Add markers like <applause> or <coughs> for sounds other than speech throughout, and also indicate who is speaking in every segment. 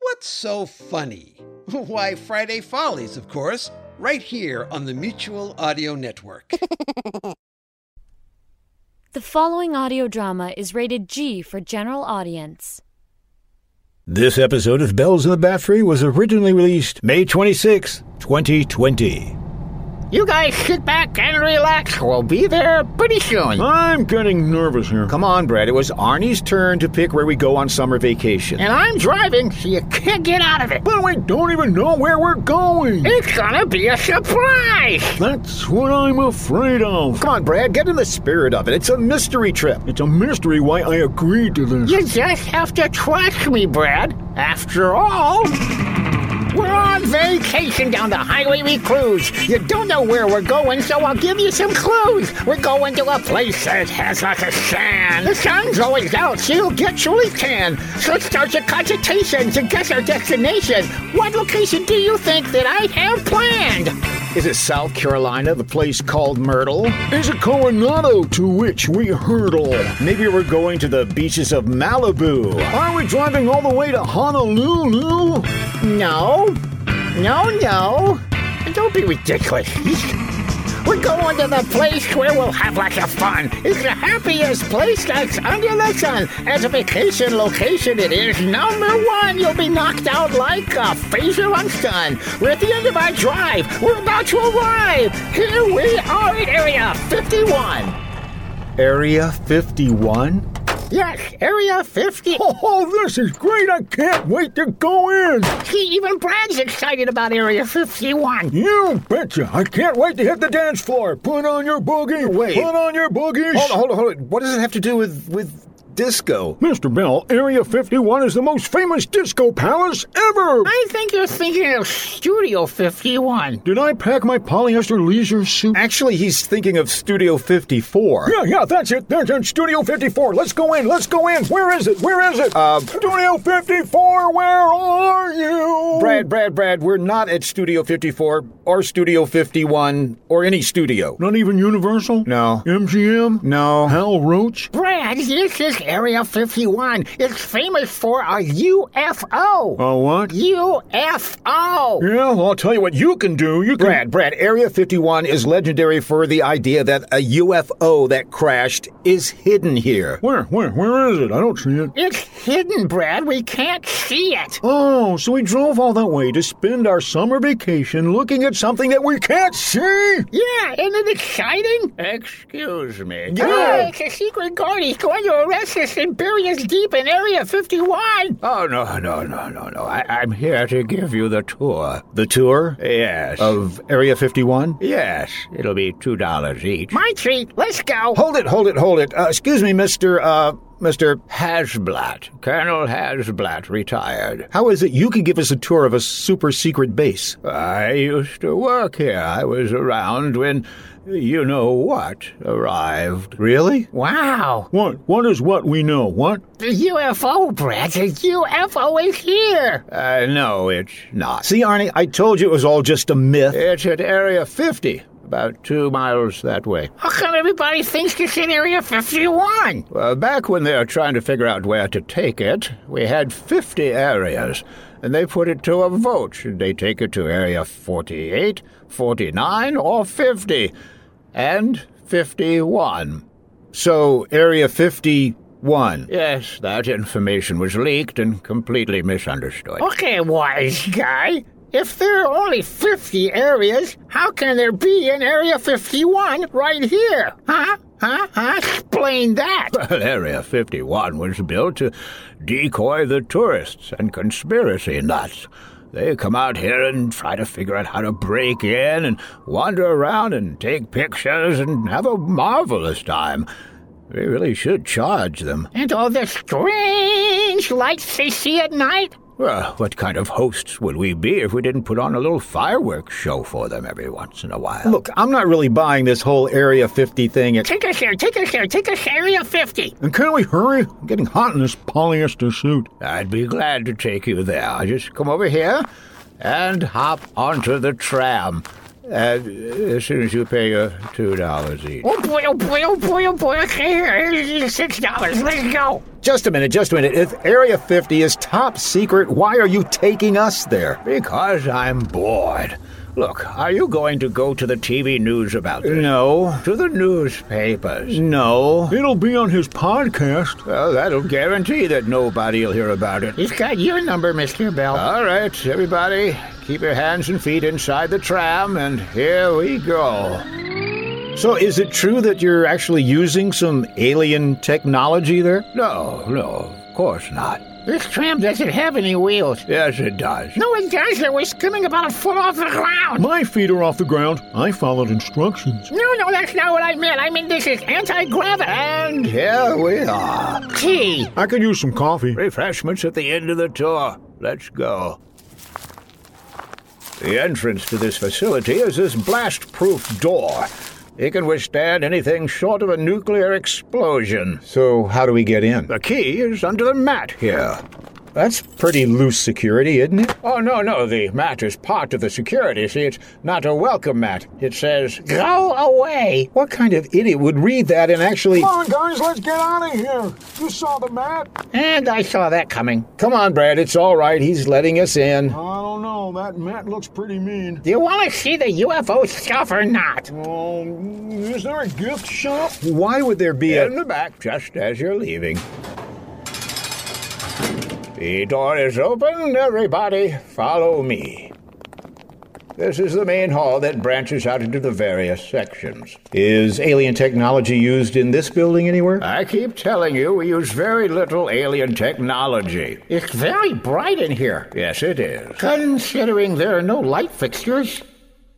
Speaker 1: What's so funny? <laughs> Why, Friday Follies, of course, right here on the Mutual Audio Network. <laughs>
Speaker 2: The following audio drama is rated G for general audience.
Speaker 3: This episode of Bells in the Bat Free was originally released May 26, 2020.
Speaker 4: You guys sit back and relax. We'll be there pretty soon.
Speaker 3: I'm getting nervous here.
Speaker 5: Come on, Brad. It was Arnie's turn to pick where we go on summer vacation.
Speaker 4: And I'm driving, so you can't get out of it.
Speaker 3: But we don't even know where we're going.
Speaker 4: It's gonna be a surprise.
Speaker 3: That's what I'm afraid of.
Speaker 5: Come on, Brad. Get in the spirit of it. It's a mystery trip.
Speaker 3: It's a mystery why I agreed to this.
Speaker 4: You just have to trust me, Brad. After all. We're on vacation down the highway we cruise. You don't know where we're going, so I'll give you some clues. We're going to a place that has lots of sand. The sun's always out, so you'll get truly tan. So start your consultation to guess our destination. What location do you think that I have planned?
Speaker 5: Is it South Carolina, the place called Myrtle?
Speaker 3: Is it Coronado to which we hurtle?
Speaker 5: Maybe we're going to the beaches of Malibu.
Speaker 3: Are we driving all the way to Honolulu?
Speaker 4: No. No, no. Don't be ridiculous. We're going to the place where we'll have lots of fun. It's the happiest place that's under the sun. As a vacation location, it is number one. You'll be knocked out like a phaser on sun. We're at the end of our drive. We're about to arrive. Here we are at Area 51.
Speaker 5: Area 51?
Speaker 4: Yes, Area 50.
Speaker 3: Oh, this is great. I can't wait to go in.
Speaker 4: See, even Brad's excited about Area 51.
Speaker 3: You betcha. I can't wait to hit the dance floor. Put on your boogie.
Speaker 5: Wait.
Speaker 3: Put on your boogies.
Speaker 5: Hold on, hold on, hold on. What does it have to do with with disco?
Speaker 3: Mr. Bell, Area 51 is the most famous disco palace ever.
Speaker 4: I think you're thinking of Studio 51.
Speaker 3: Did I pack my polyester leisure suit?
Speaker 5: Actually, he's thinking of Studio 54.
Speaker 3: Yeah, yeah, that's it. There's in Studio 54. Let's go in. Let's go in. Where is it? Where is it?
Speaker 5: Uh,
Speaker 3: Studio 54, where are you?
Speaker 5: Brad, Brad, Brad, we're not at Studio 54 or Studio 51 or any studio.
Speaker 3: Not even Universal?
Speaker 5: No.
Speaker 3: MGM?
Speaker 5: No.
Speaker 3: Hal Roach?
Speaker 4: Brad, this is Area 51. It's famous for a UFO.
Speaker 3: A Uh, what?
Speaker 4: UFO.
Speaker 3: Yeah, well, I'll tell you what you can do. You can.
Speaker 5: Brad, Brad, Area 51 is legendary for the idea that a UFO that crashed is hidden here.
Speaker 3: Where, where, where is it? I don't see it.
Speaker 4: It's hidden, Brad. We can't see it.
Speaker 3: Oh, so we drove all that way to spend our summer vacation looking at something that we can't see?
Speaker 4: Yeah, isn't it exciting? Excuse me. Yeah.
Speaker 3: Yeah.
Speaker 4: it's a secret guard. He's going to arrest us and bury us deep in Area 51.
Speaker 6: Oh, no, no, no, no, no. I, I'm here to give you the tour.
Speaker 5: The tour
Speaker 6: Yes.
Speaker 5: of Area 51?
Speaker 6: yes. It'll be $2 each.
Speaker 4: My treat. Let's go.
Speaker 5: Hold it, hold it, hold it. Uh, excuse me, Mr. Uh, Mr.
Speaker 6: Hasblatt. Colonel Hasblatt retired.
Speaker 5: How is it you could give us a tour of a super secret base?
Speaker 6: I used to work here. I was around when you know what arrived.
Speaker 5: Really?
Speaker 4: Wow.
Speaker 3: What? What is what we know? What?
Speaker 4: The UFO, Brad. The UFO is here.
Speaker 6: Uh, no, it's not.
Speaker 5: See, Arnie, I told you it was all just a myth.
Speaker 6: It's at Area 50, about two miles that way.
Speaker 4: How come everybody thinks it's in Area 51?
Speaker 6: Well, back when they were trying to figure out where to take it, we had 50 areas, and they put it to a vote. Should they take it to Area 48, 49, or 50? And 51.
Speaker 5: So, Area 51.
Speaker 6: Yes, that information was leaked and completely misunderstood.
Speaker 4: Okay, wise guy. If there are only 50 areas, how can there be an Area 51 right here? Huh? Huh? Huh? Explain that.
Speaker 6: Well, Area 51 was built to decoy the tourists and conspiracy nuts. They come out here and try to figure out how to break in and wander around and take pictures and have a marvelous time. We really should charge them.
Speaker 4: and all the strange lights they see at night?
Speaker 6: Well, what kind of hosts would we be if we didn't put on a little fireworks show for them every once in a while?
Speaker 5: Look, I'm not really buying this whole Area 50 thing. It-
Speaker 4: Take us here, take us here, take us to Area 50.
Speaker 3: And can we hurry? I'm getting hot in this polyester suit.
Speaker 6: I'd be glad to take you there. Just come over here and hop onto the tram. And as soon as you pay your two dollars each.
Speaker 4: Oh boy, oh boy, oh boy, oh boy. Okay, six dollars. Let's go.
Speaker 7: Just a minute, just a minute. If Area 50 is top secret, why are you taking us there?
Speaker 6: Because I'm bored. Look, are you going to go to the TV news about this?
Speaker 7: No.
Speaker 6: To the newspapers?
Speaker 7: No.
Speaker 6: It'll be on his podcast. Well, that'll guarantee that nobody'll hear about it.
Speaker 4: He's got your number, Mr. Bell.
Speaker 6: All right, everybody, keep your hands and feet inside the tram, and here we go.
Speaker 7: So, is it true that you're actually using some alien technology there?
Speaker 6: No, no, of course not.
Speaker 4: This tram doesn't have any wheels.
Speaker 6: Yes, it does.
Speaker 4: No, it does. It was skimming about a foot off the ground.
Speaker 3: My feet are off the ground. I followed instructions.
Speaker 4: No, no, that's not what I meant. I mean, this is anti-gravity.
Speaker 6: And here we are.
Speaker 4: Gee.
Speaker 3: I could use some coffee.
Speaker 6: Refreshments at the end of the tour. Let's go. The entrance to this facility is this blast proof door. It can withstand anything short of a nuclear explosion.
Speaker 7: So, how do we get in?
Speaker 6: The key is under the mat here.
Speaker 7: That's pretty loose security, isn't it?
Speaker 6: Oh, no, no, the mat is part of the security. See, it's not a welcome mat. It says,
Speaker 4: Go away.
Speaker 7: What kind of idiot would read that and actually.
Speaker 3: Come on, guys, let's get out of here. You saw the mat?
Speaker 4: And I saw that coming.
Speaker 7: Come on, Brad, it's all right. He's letting us in.
Speaker 3: I don't know. That mat looks pretty mean.
Speaker 4: Do you want to see the UFO stuff or not?
Speaker 3: Um, is there a gift shop?
Speaker 7: Why would there be
Speaker 6: in
Speaker 7: a.
Speaker 6: the back just as you're leaving. The door is open, everybody. Follow me. This is the main hall that branches out into the various sections.
Speaker 7: Is alien technology used in this building anywhere?
Speaker 6: I keep telling you, we use very little alien technology.
Speaker 4: It's very bright in here.
Speaker 6: Yes, it is.
Speaker 4: Considering there are no light fixtures.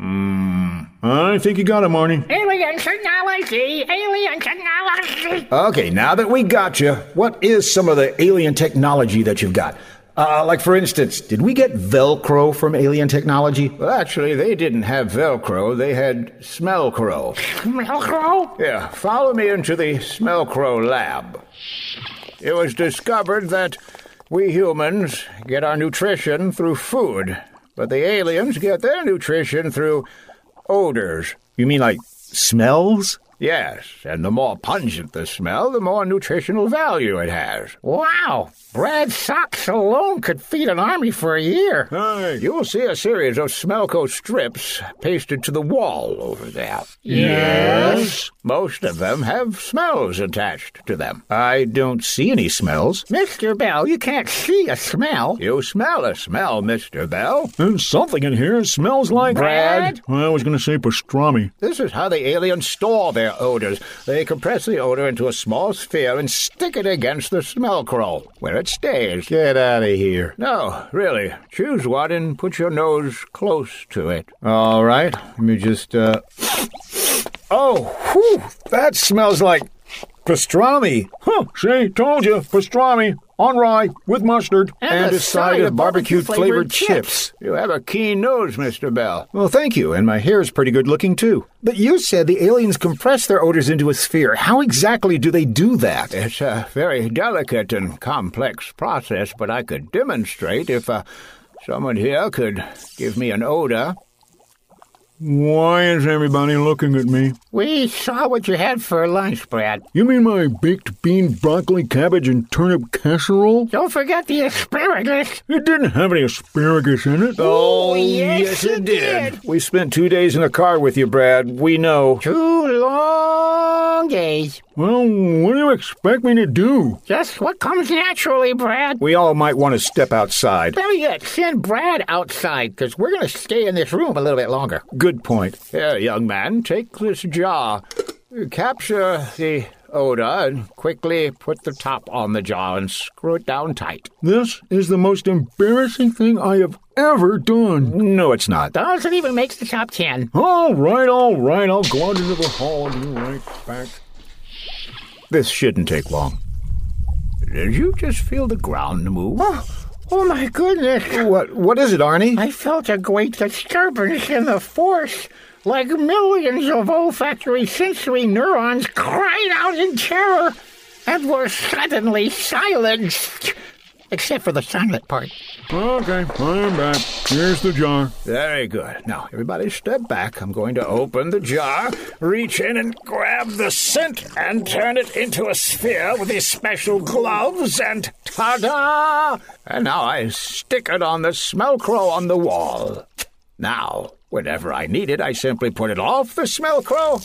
Speaker 7: Hmm,
Speaker 3: I think you got him, Arnie.
Speaker 4: Alien technology! Alien technology!
Speaker 7: Okay, now that we got you, what is some of the alien technology that you've got? Uh, like, for instance, did we get Velcro from alien technology?
Speaker 6: Well, actually, they didn't have Velcro, they had Smellcro.
Speaker 4: Velcro?
Speaker 6: Yeah, follow me into the Smellcro lab. It was discovered that we humans get our nutrition through food, but the aliens get their nutrition through odors.
Speaker 7: You mean like smells?
Speaker 6: Yes, and the more pungent the smell, the more nutritional value it has.
Speaker 4: Wow! Brad socks alone could feed an army for a year.
Speaker 3: Hey.
Speaker 6: You'll see a series of Smelco strips pasted to the wall over there.
Speaker 4: Yes?
Speaker 6: Most of them have smells attached to them.
Speaker 7: I don't see any smells.
Speaker 4: Mr. Bell, you can't see a smell.
Speaker 6: You smell a smell, Mr. Bell.
Speaker 3: There's something in here. It smells like.
Speaker 4: Brad?
Speaker 3: I was going to say pastrami.
Speaker 6: This is how the aliens store their odors. They compress the odor into a small sphere and stick it against the smell crawl, where it stays.
Speaker 7: Get out of here.
Speaker 6: No, really. Choose one and put your nose close to it.
Speaker 7: All right, let me just. Uh... Oh, whew, that smells like pastrami.
Speaker 3: Huh, see, told you. Pastrami on rye with mustard.
Speaker 7: And, a side of barbecue flavored chips.
Speaker 6: You have a keen nose, Mr. Bell.
Speaker 7: Well, thank you, and my hair's pretty good looking too. But you said the aliens compress their odors into a sphere. How exactly do they do that?
Speaker 6: It's a very delicate and complex process, but I could demonstrate if uh, someone here could give me an odor.
Speaker 3: Why is everybody looking at me?
Speaker 4: We saw what you had for lunch, Brad.
Speaker 3: You mean my baked bean, broccoli, cabbage, and turnip casserole?
Speaker 4: Don't forget the asparagus.
Speaker 3: It didn't have any asparagus in it. Uh,
Speaker 7: Oh,
Speaker 4: yes, it did.
Speaker 7: We spent two days in the car with you, Brad. We know.
Speaker 4: Two long days.
Speaker 3: Well, what do you expect me to do?
Speaker 4: Just what comes naturally, Brad.
Speaker 7: We all might want to step outside.
Speaker 4: Better yet, send Brad outside, because we're going to stay in this room a little bit longer.
Speaker 7: Good point.
Speaker 6: Here, young man, take this jar. Capture the odor and quickly put the top on the jar and screw it down tight.
Speaker 3: This is the most embarrassing thing I have ever done.
Speaker 7: Uh, No, it's not.
Speaker 4: Doesn't even make the top ten.
Speaker 3: All right, all right, I'll go out into the hall and be right back.
Speaker 7: This shouldn't take long.
Speaker 6: Did you just feel the ground move?
Speaker 4: Oh my goodness.
Speaker 7: What? What is it, Arnie?
Speaker 4: I felt a great disturbance in the force, like millions of olfactory sensory neurons cried out in terror and were suddenly silenced. except for the silent part.
Speaker 3: Okay, I'm back. Here's the jar.
Speaker 6: Very good. Now, everybody step back. I'm going to open the jar, reach in and grab the scent, and turn it into a sphere with these special gloves, and ta da! And now I stick it on the smell crow on the wall. Now, whenever I need it, I simply put it off the smell crow,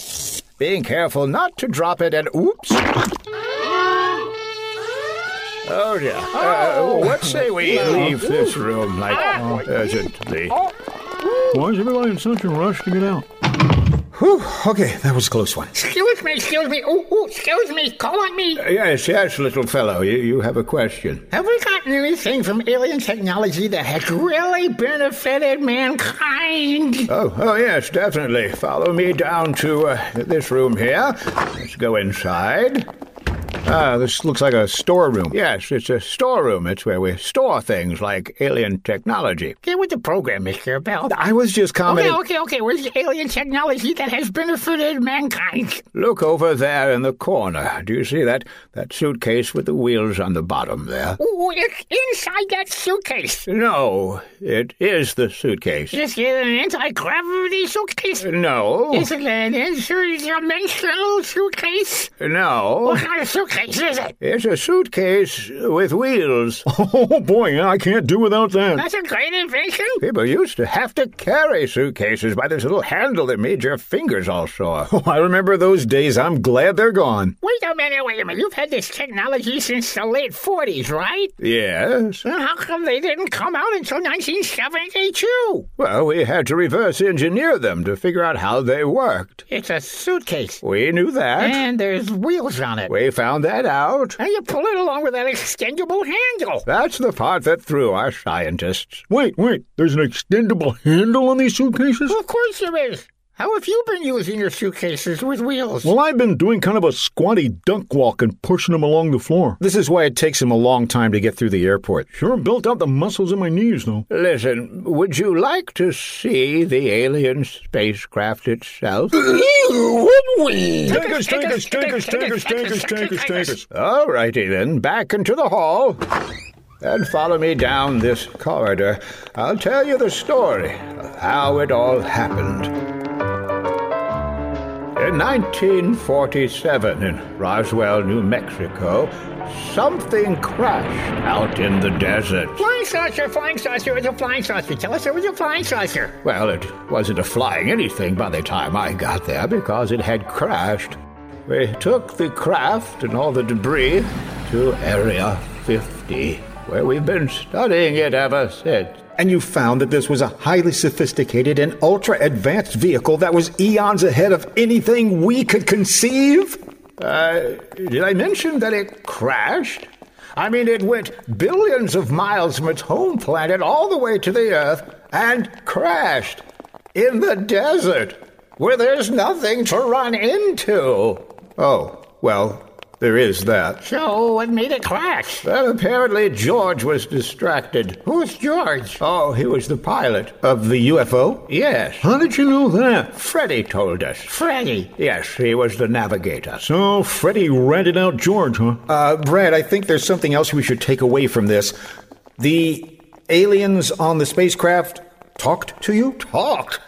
Speaker 6: being careful not to drop it, and oops. Oh dear. Uh, what say we leave this room like urgently?
Speaker 3: Why is everybody in such a rush to get out?
Speaker 7: Whew, okay, that was a close one.
Speaker 4: Excuse me, excuse me, ooh, ooh, excuse me, call on me.
Speaker 6: Uh, Yes, yes, little fellow. You, you have a question.
Speaker 4: Have we gotten anything from alien technology that has really benefited mankind?
Speaker 6: Oh, oh yes, definitely. Follow me down to uh, this room here. Let's go inside. Ah, this looks like a storeroom. Yes, it's a storeroom. It's where we store things like alien technology.
Speaker 4: Get with the program, Mr. Bell.
Speaker 6: I was just
Speaker 4: Okay,
Speaker 6: commenting.
Speaker 4: okay, okay. Where's the alien technology that has benefited mankind?
Speaker 6: Look over there in the corner. Do you see that? That suitcase with the wheels on the bottom there.
Speaker 4: Ooh, it's inside that suitcase.
Speaker 6: No, it is the suitcase.
Speaker 4: This is an anti-gravity suitcase.
Speaker 6: No,
Speaker 4: Is it an interdimensional suitcase?
Speaker 6: no.
Speaker 4: What kind of suitcase is it?
Speaker 6: It's a suitcase with wheels.
Speaker 3: <laughs> Oh boy, I can't do without that.
Speaker 4: That's a great invention.
Speaker 6: People used to have to carry suitcases by this little handle that made your fingers all
Speaker 3: <laughs>
Speaker 6: sore.
Speaker 7: Oh, I remember those days. I'm glad they're gone.
Speaker 4: Wait a minute, wait a minute. You've had this technology since the late 40s, right?
Speaker 6: Yes.
Speaker 3: Uh-huh.
Speaker 4: Then how come they didn't come out until 1972?
Speaker 6: Well, we had to reverse engineer them to figure out how they worked.
Speaker 4: It's a suitcase,
Speaker 6: We knew that.
Speaker 4: and there's wheels on it.
Speaker 6: We found that out.
Speaker 4: And you pull it along with that extendable handle.
Speaker 6: That's the part that threw our scientists.
Speaker 3: Wait, wait, there's an extendable handle on these suitcases?
Speaker 4: Of course there is. How have you been using your suitcases with wheels?
Speaker 3: Well, I've been doing kind of a squatty dunk walk and pushing them along the floor.
Speaker 7: This is why it takes him a long time to get through the airport.
Speaker 3: Sure built out the muscles in my knees, though.
Speaker 6: Listen, would you like to see the alien spacecraft itself?
Speaker 3: Tankers, tankers, tankers, tankers, tankers, tankers, tankers.
Speaker 6: All righty then, back into the hall. And follow me down this corridor. I'll tell you the story of how it all happened. In 1947, in Roswell, New Mexico, something crashed out in the desert.
Speaker 4: Flying saucer, flying saucer, it was a flying saucer. Tell us it was a flying saucer.
Speaker 6: Well, it wasn't a flying anything by the time I got there because it had crashed. We took the craft and all the debris to Area 50, where we've been studying it ever since.
Speaker 7: And you found that this was a highly sophisticated and ultra advanced vehicle that was eons ahead of anything we could conceive?
Speaker 6: Uh, did I mention that it crashed? I mean, it went billions of miles from its home planet all the way to the Earth and crashed in the desert where there's nothing to run into. Oh, well, there is that.
Speaker 4: So what made it crash?
Speaker 6: Well, apparently, George was distracted.
Speaker 4: Who's George?
Speaker 6: Oh, he was the pilot.
Speaker 7: Of the UFO?
Speaker 6: Yes,
Speaker 3: How did you know that?
Speaker 6: Freddy told us.
Speaker 4: Freddy.
Speaker 6: Yes, he was the navigator.
Speaker 3: So, Freddy ratted out George, huh?
Speaker 7: Uh, Brad, I think there's something else we should take away from this. The aliens on the spacecraft talked to you?
Speaker 6: Talked.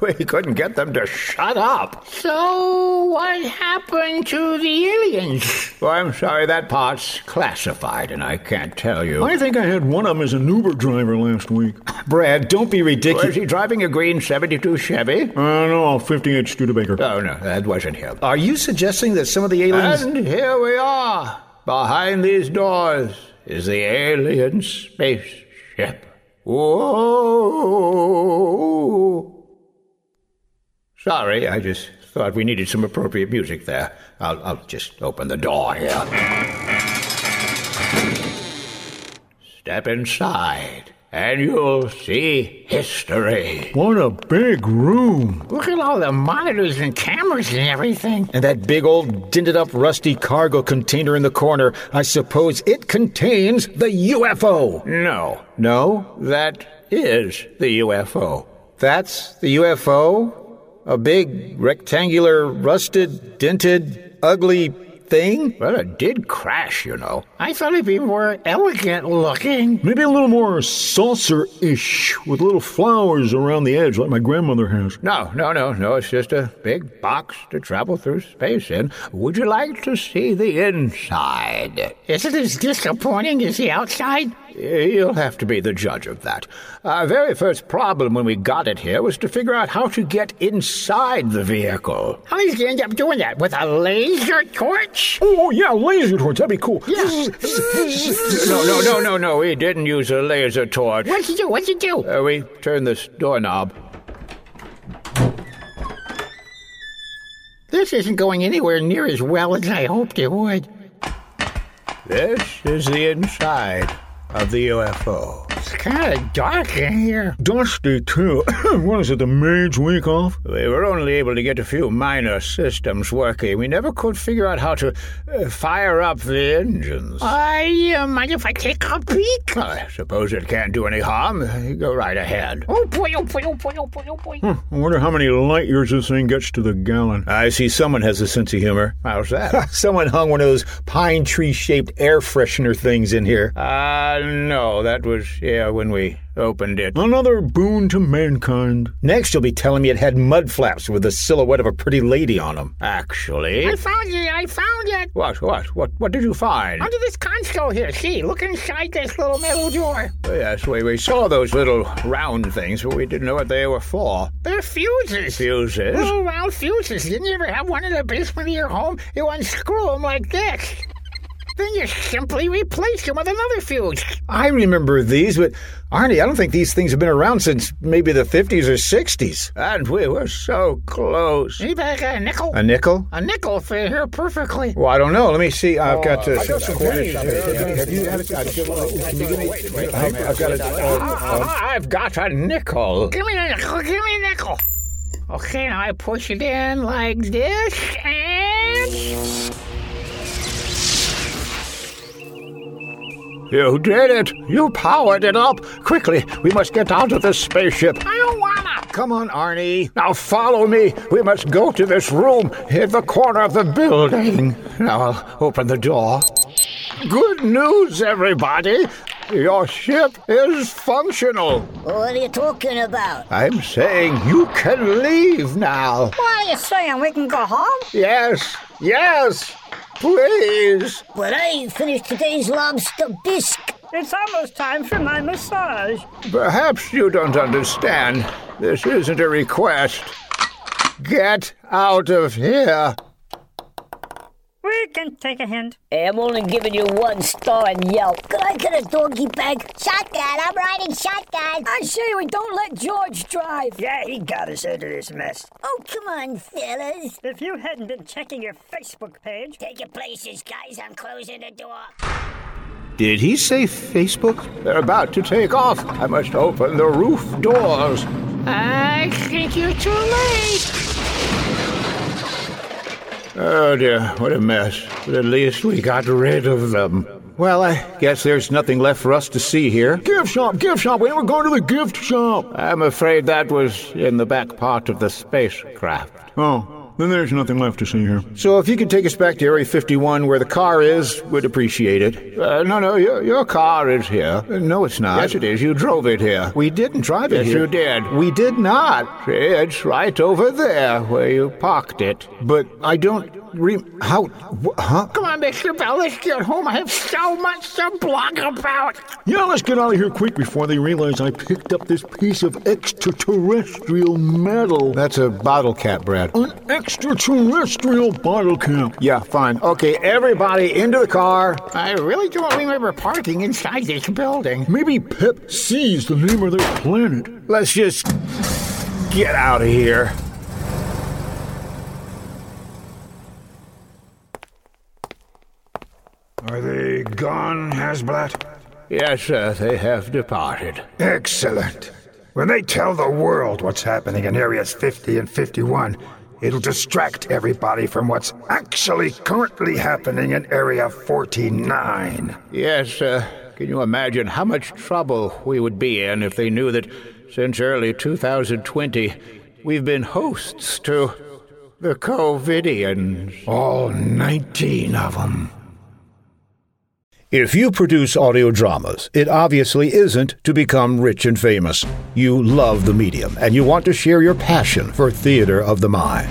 Speaker 6: we couldn't get them to shut up.
Speaker 4: So what happened to the aliens?
Speaker 6: Well, I'm sorry, that part's classified, and I can't tell you.
Speaker 3: I think I had one of them as an Uber driver last week.
Speaker 7: Brad, don't be
Speaker 6: Was
Speaker 7: ridiculous.
Speaker 6: he driving a green 72 Chevy?
Speaker 3: I know, a 58 Studebaker.
Speaker 6: Oh, no, that wasn't him.
Speaker 7: Are you suggesting that some of the aliens.
Speaker 6: And here we are. Behind these doors is the alien spaceship. Whoa! Sorry, I just thought we needed some appropriate music there. I'll, I'll just open the door here. Step inside, and you'll see history.
Speaker 3: What a big room.
Speaker 4: Look at all the monitors and cameras and everything.
Speaker 7: And that big old dinted up rusty cargo container in the corner, I suppose it contains the UFO.
Speaker 6: No,
Speaker 7: No?
Speaker 6: that is the UFO.
Speaker 7: That's the UFO? A big, rectangular, rusted, dented, ugly thing?
Speaker 6: Well, it did crash, you know.
Speaker 4: I thought it'd be more elegant looking.
Speaker 3: Maybe a little more saucer ish with little flowers around the edge like my grandmother has. <coughs>
Speaker 6: No, no, no, no. It's just a big box to travel through space in. Would you like to see the inside?
Speaker 4: Is it as disappointing as the outside?
Speaker 6: You'll have to be the judge of that. Our very first problem when we got it here was to figure out how to get inside the vehicle.
Speaker 4: How did you end up doing that? With a laser torch?
Speaker 3: Oh, yeah, laser torch. That'd be cool.
Speaker 4: Yeah.
Speaker 6: No, no, no, no, no. We didn't use a laser torch.
Speaker 4: What'd you do? What'd you do?
Speaker 6: Uh, we turned this doorknob.
Speaker 4: This isn't going anywhere near as well as I hoped it would.
Speaker 6: This is the inside of the UFO.
Speaker 4: It's kind of dark in here.
Speaker 3: Dusty, too. <coughs> what is it, the maid's week off?
Speaker 6: We were only able to get a few minor systems working. We never could figure out how to uh, fire up the engines.
Speaker 4: I uh, mind if I take a peek?
Speaker 6: Well, I suppose it can't do any harm. You Go right ahead.
Speaker 4: Oh boy! Oh boy! Oh boy! Oh boy! Oh boy!
Speaker 3: I wonder how many light years this thing gets to the gallon.
Speaker 5: I see someone has a sense of humor.
Speaker 6: How's
Speaker 7: <laughs>
Speaker 6: that?
Speaker 7: Someone hung one of those pine tree shaped air freshener things in here.
Speaker 6: uh, no, that was yeah when we opened it.
Speaker 3: Another boon to mankind.
Speaker 7: Next, you'll be telling me it had mud flaps with the silhouette of a pretty lady on them.
Speaker 6: Actually,
Speaker 4: I found it! I found it!
Speaker 6: what? What? What? What did you find?
Speaker 4: Under this console here, see? Look inside this little metal door.
Speaker 6: Oh, Yes, we, we saw those little round things, but we didn't know what they were for.
Speaker 4: They're fuses.
Speaker 6: Fuses.
Speaker 4: Little round fuses. Didn't you ever have one in the basement of your home? You unscrew them like this. Then you simply replace them with another fuse.
Speaker 7: I remember these, but Arnie, I don't think these things have been around since maybe the 50s or 60s.
Speaker 6: And we were so close.
Speaker 4: See back a nickel?
Speaker 7: A nickel?
Speaker 4: A nickel fit here perfectly.
Speaker 7: Well, I don't know. Let me see. I've got to. I've got
Speaker 4: Ah,
Speaker 7: to.
Speaker 6: I've got a nickel.
Speaker 4: Give me a nickel. Give me a nickel. Okay, now I push it in like this, and
Speaker 6: You did it. You powered it up. Quickly, we must get out of this spaceship.
Speaker 4: I don't wanna.
Speaker 7: Come on, Arnie.
Speaker 6: Now follow me. We must go to this room in the corner of the building. Now I'll open the door. Good news, everybody. Your ship is functional.
Speaker 8: What are you talking about?
Speaker 6: I'm saying you can leave now.
Speaker 8: What are you saying? We can go home?
Speaker 6: Yes, yes, please.
Speaker 8: But I ain't finished today's lobster bisque.
Speaker 9: It's almost time for my massage.
Speaker 6: Perhaps you don't understand. This isn't a request. Get out of here.
Speaker 9: We can take a hint.
Speaker 8: Hey, I'm only giving you one star and Yelp. Could I get a doggy bag? Shotgun. I'm riding shotgun. I say we don't let George drive.
Speaker 9: Yeah, he got us into this mess.
Speaker 8: Oh, come on, fellas.
Speaker 9: If you hadn't been checking your Facebook page,
Speaker 8: Take your places, guys. I'm closing the door.
Speaker 7: Did he say Facebook?
Speaker 6: They're about to take off. I must open the roof doors.
Speaker 4: I think you're too late.
Speaker 6: Oh dear, what a mess. But at least we got rid of them.
Speaker 7: Well, I guess there's nothing left for us to see here.
Speaker 3: Gift shop, gift shop. We were going to the gift shop.
Speaker 6: I'm afraid that was in the back part of the spacecraft.
Speaker 3: Oh, then there's nothing left to see here.
Speaker 7: So if you could take us back to Area 51 where the car is, we'd appreciate it.
Speaker 6: Uh, no, no, your, your car is here.
Speaker 7: No, it's not.
Speaker 6: Yes, it is. You drove it here.
Speaker 7: We didn't drive it
Speaker 6: Yes,
Speaker 7: here.
Speaker 6: you did.
Speaker 7: We did not.
Speaker 6: See, it's right over there where you parked it.
Speaker 7: But I don't re. How? wh- Huh?
Speaker 4: Come on, Mr. Bell, let's get home. I have so much to blog about.
Speaker 3: Yeah, let's get out of here quick before they realize I picked up this piece of extraterrestrial metal.
Speaker 7: That's a bottle cap, Brad.
Speaker 6: Oh.
Speaker 3: An extraterrestrial bottle cap.
Speaker 7: Yeah, fine. Okay, everybody into the car.
Speaker 4: I really don't remember parking inside this building.
Speaker 3: Maybe Pep C is the name of their planet.
Speaker 7: Let's just get out of here.
Speaker 3: Are they gone, Hasblat?
Speaker 6: Yes, sir, they have departed.
Speaker 10: Excellent. When they tell the world what's happening in areas 50 and 51, it'll distract everybody from what's actually currently happening in area 49.
Speaker 6: Yes, sir. Can you imagine how much trouble we would be in if they knew that since early 2020 we've been hosts to The Covidians.
Speaker 10: All 19 of them.
Speaker 5: If you produce audio dramas, it obviously isn't to become rich and famous. You love the medium and you want to share your passion for theater of the mind.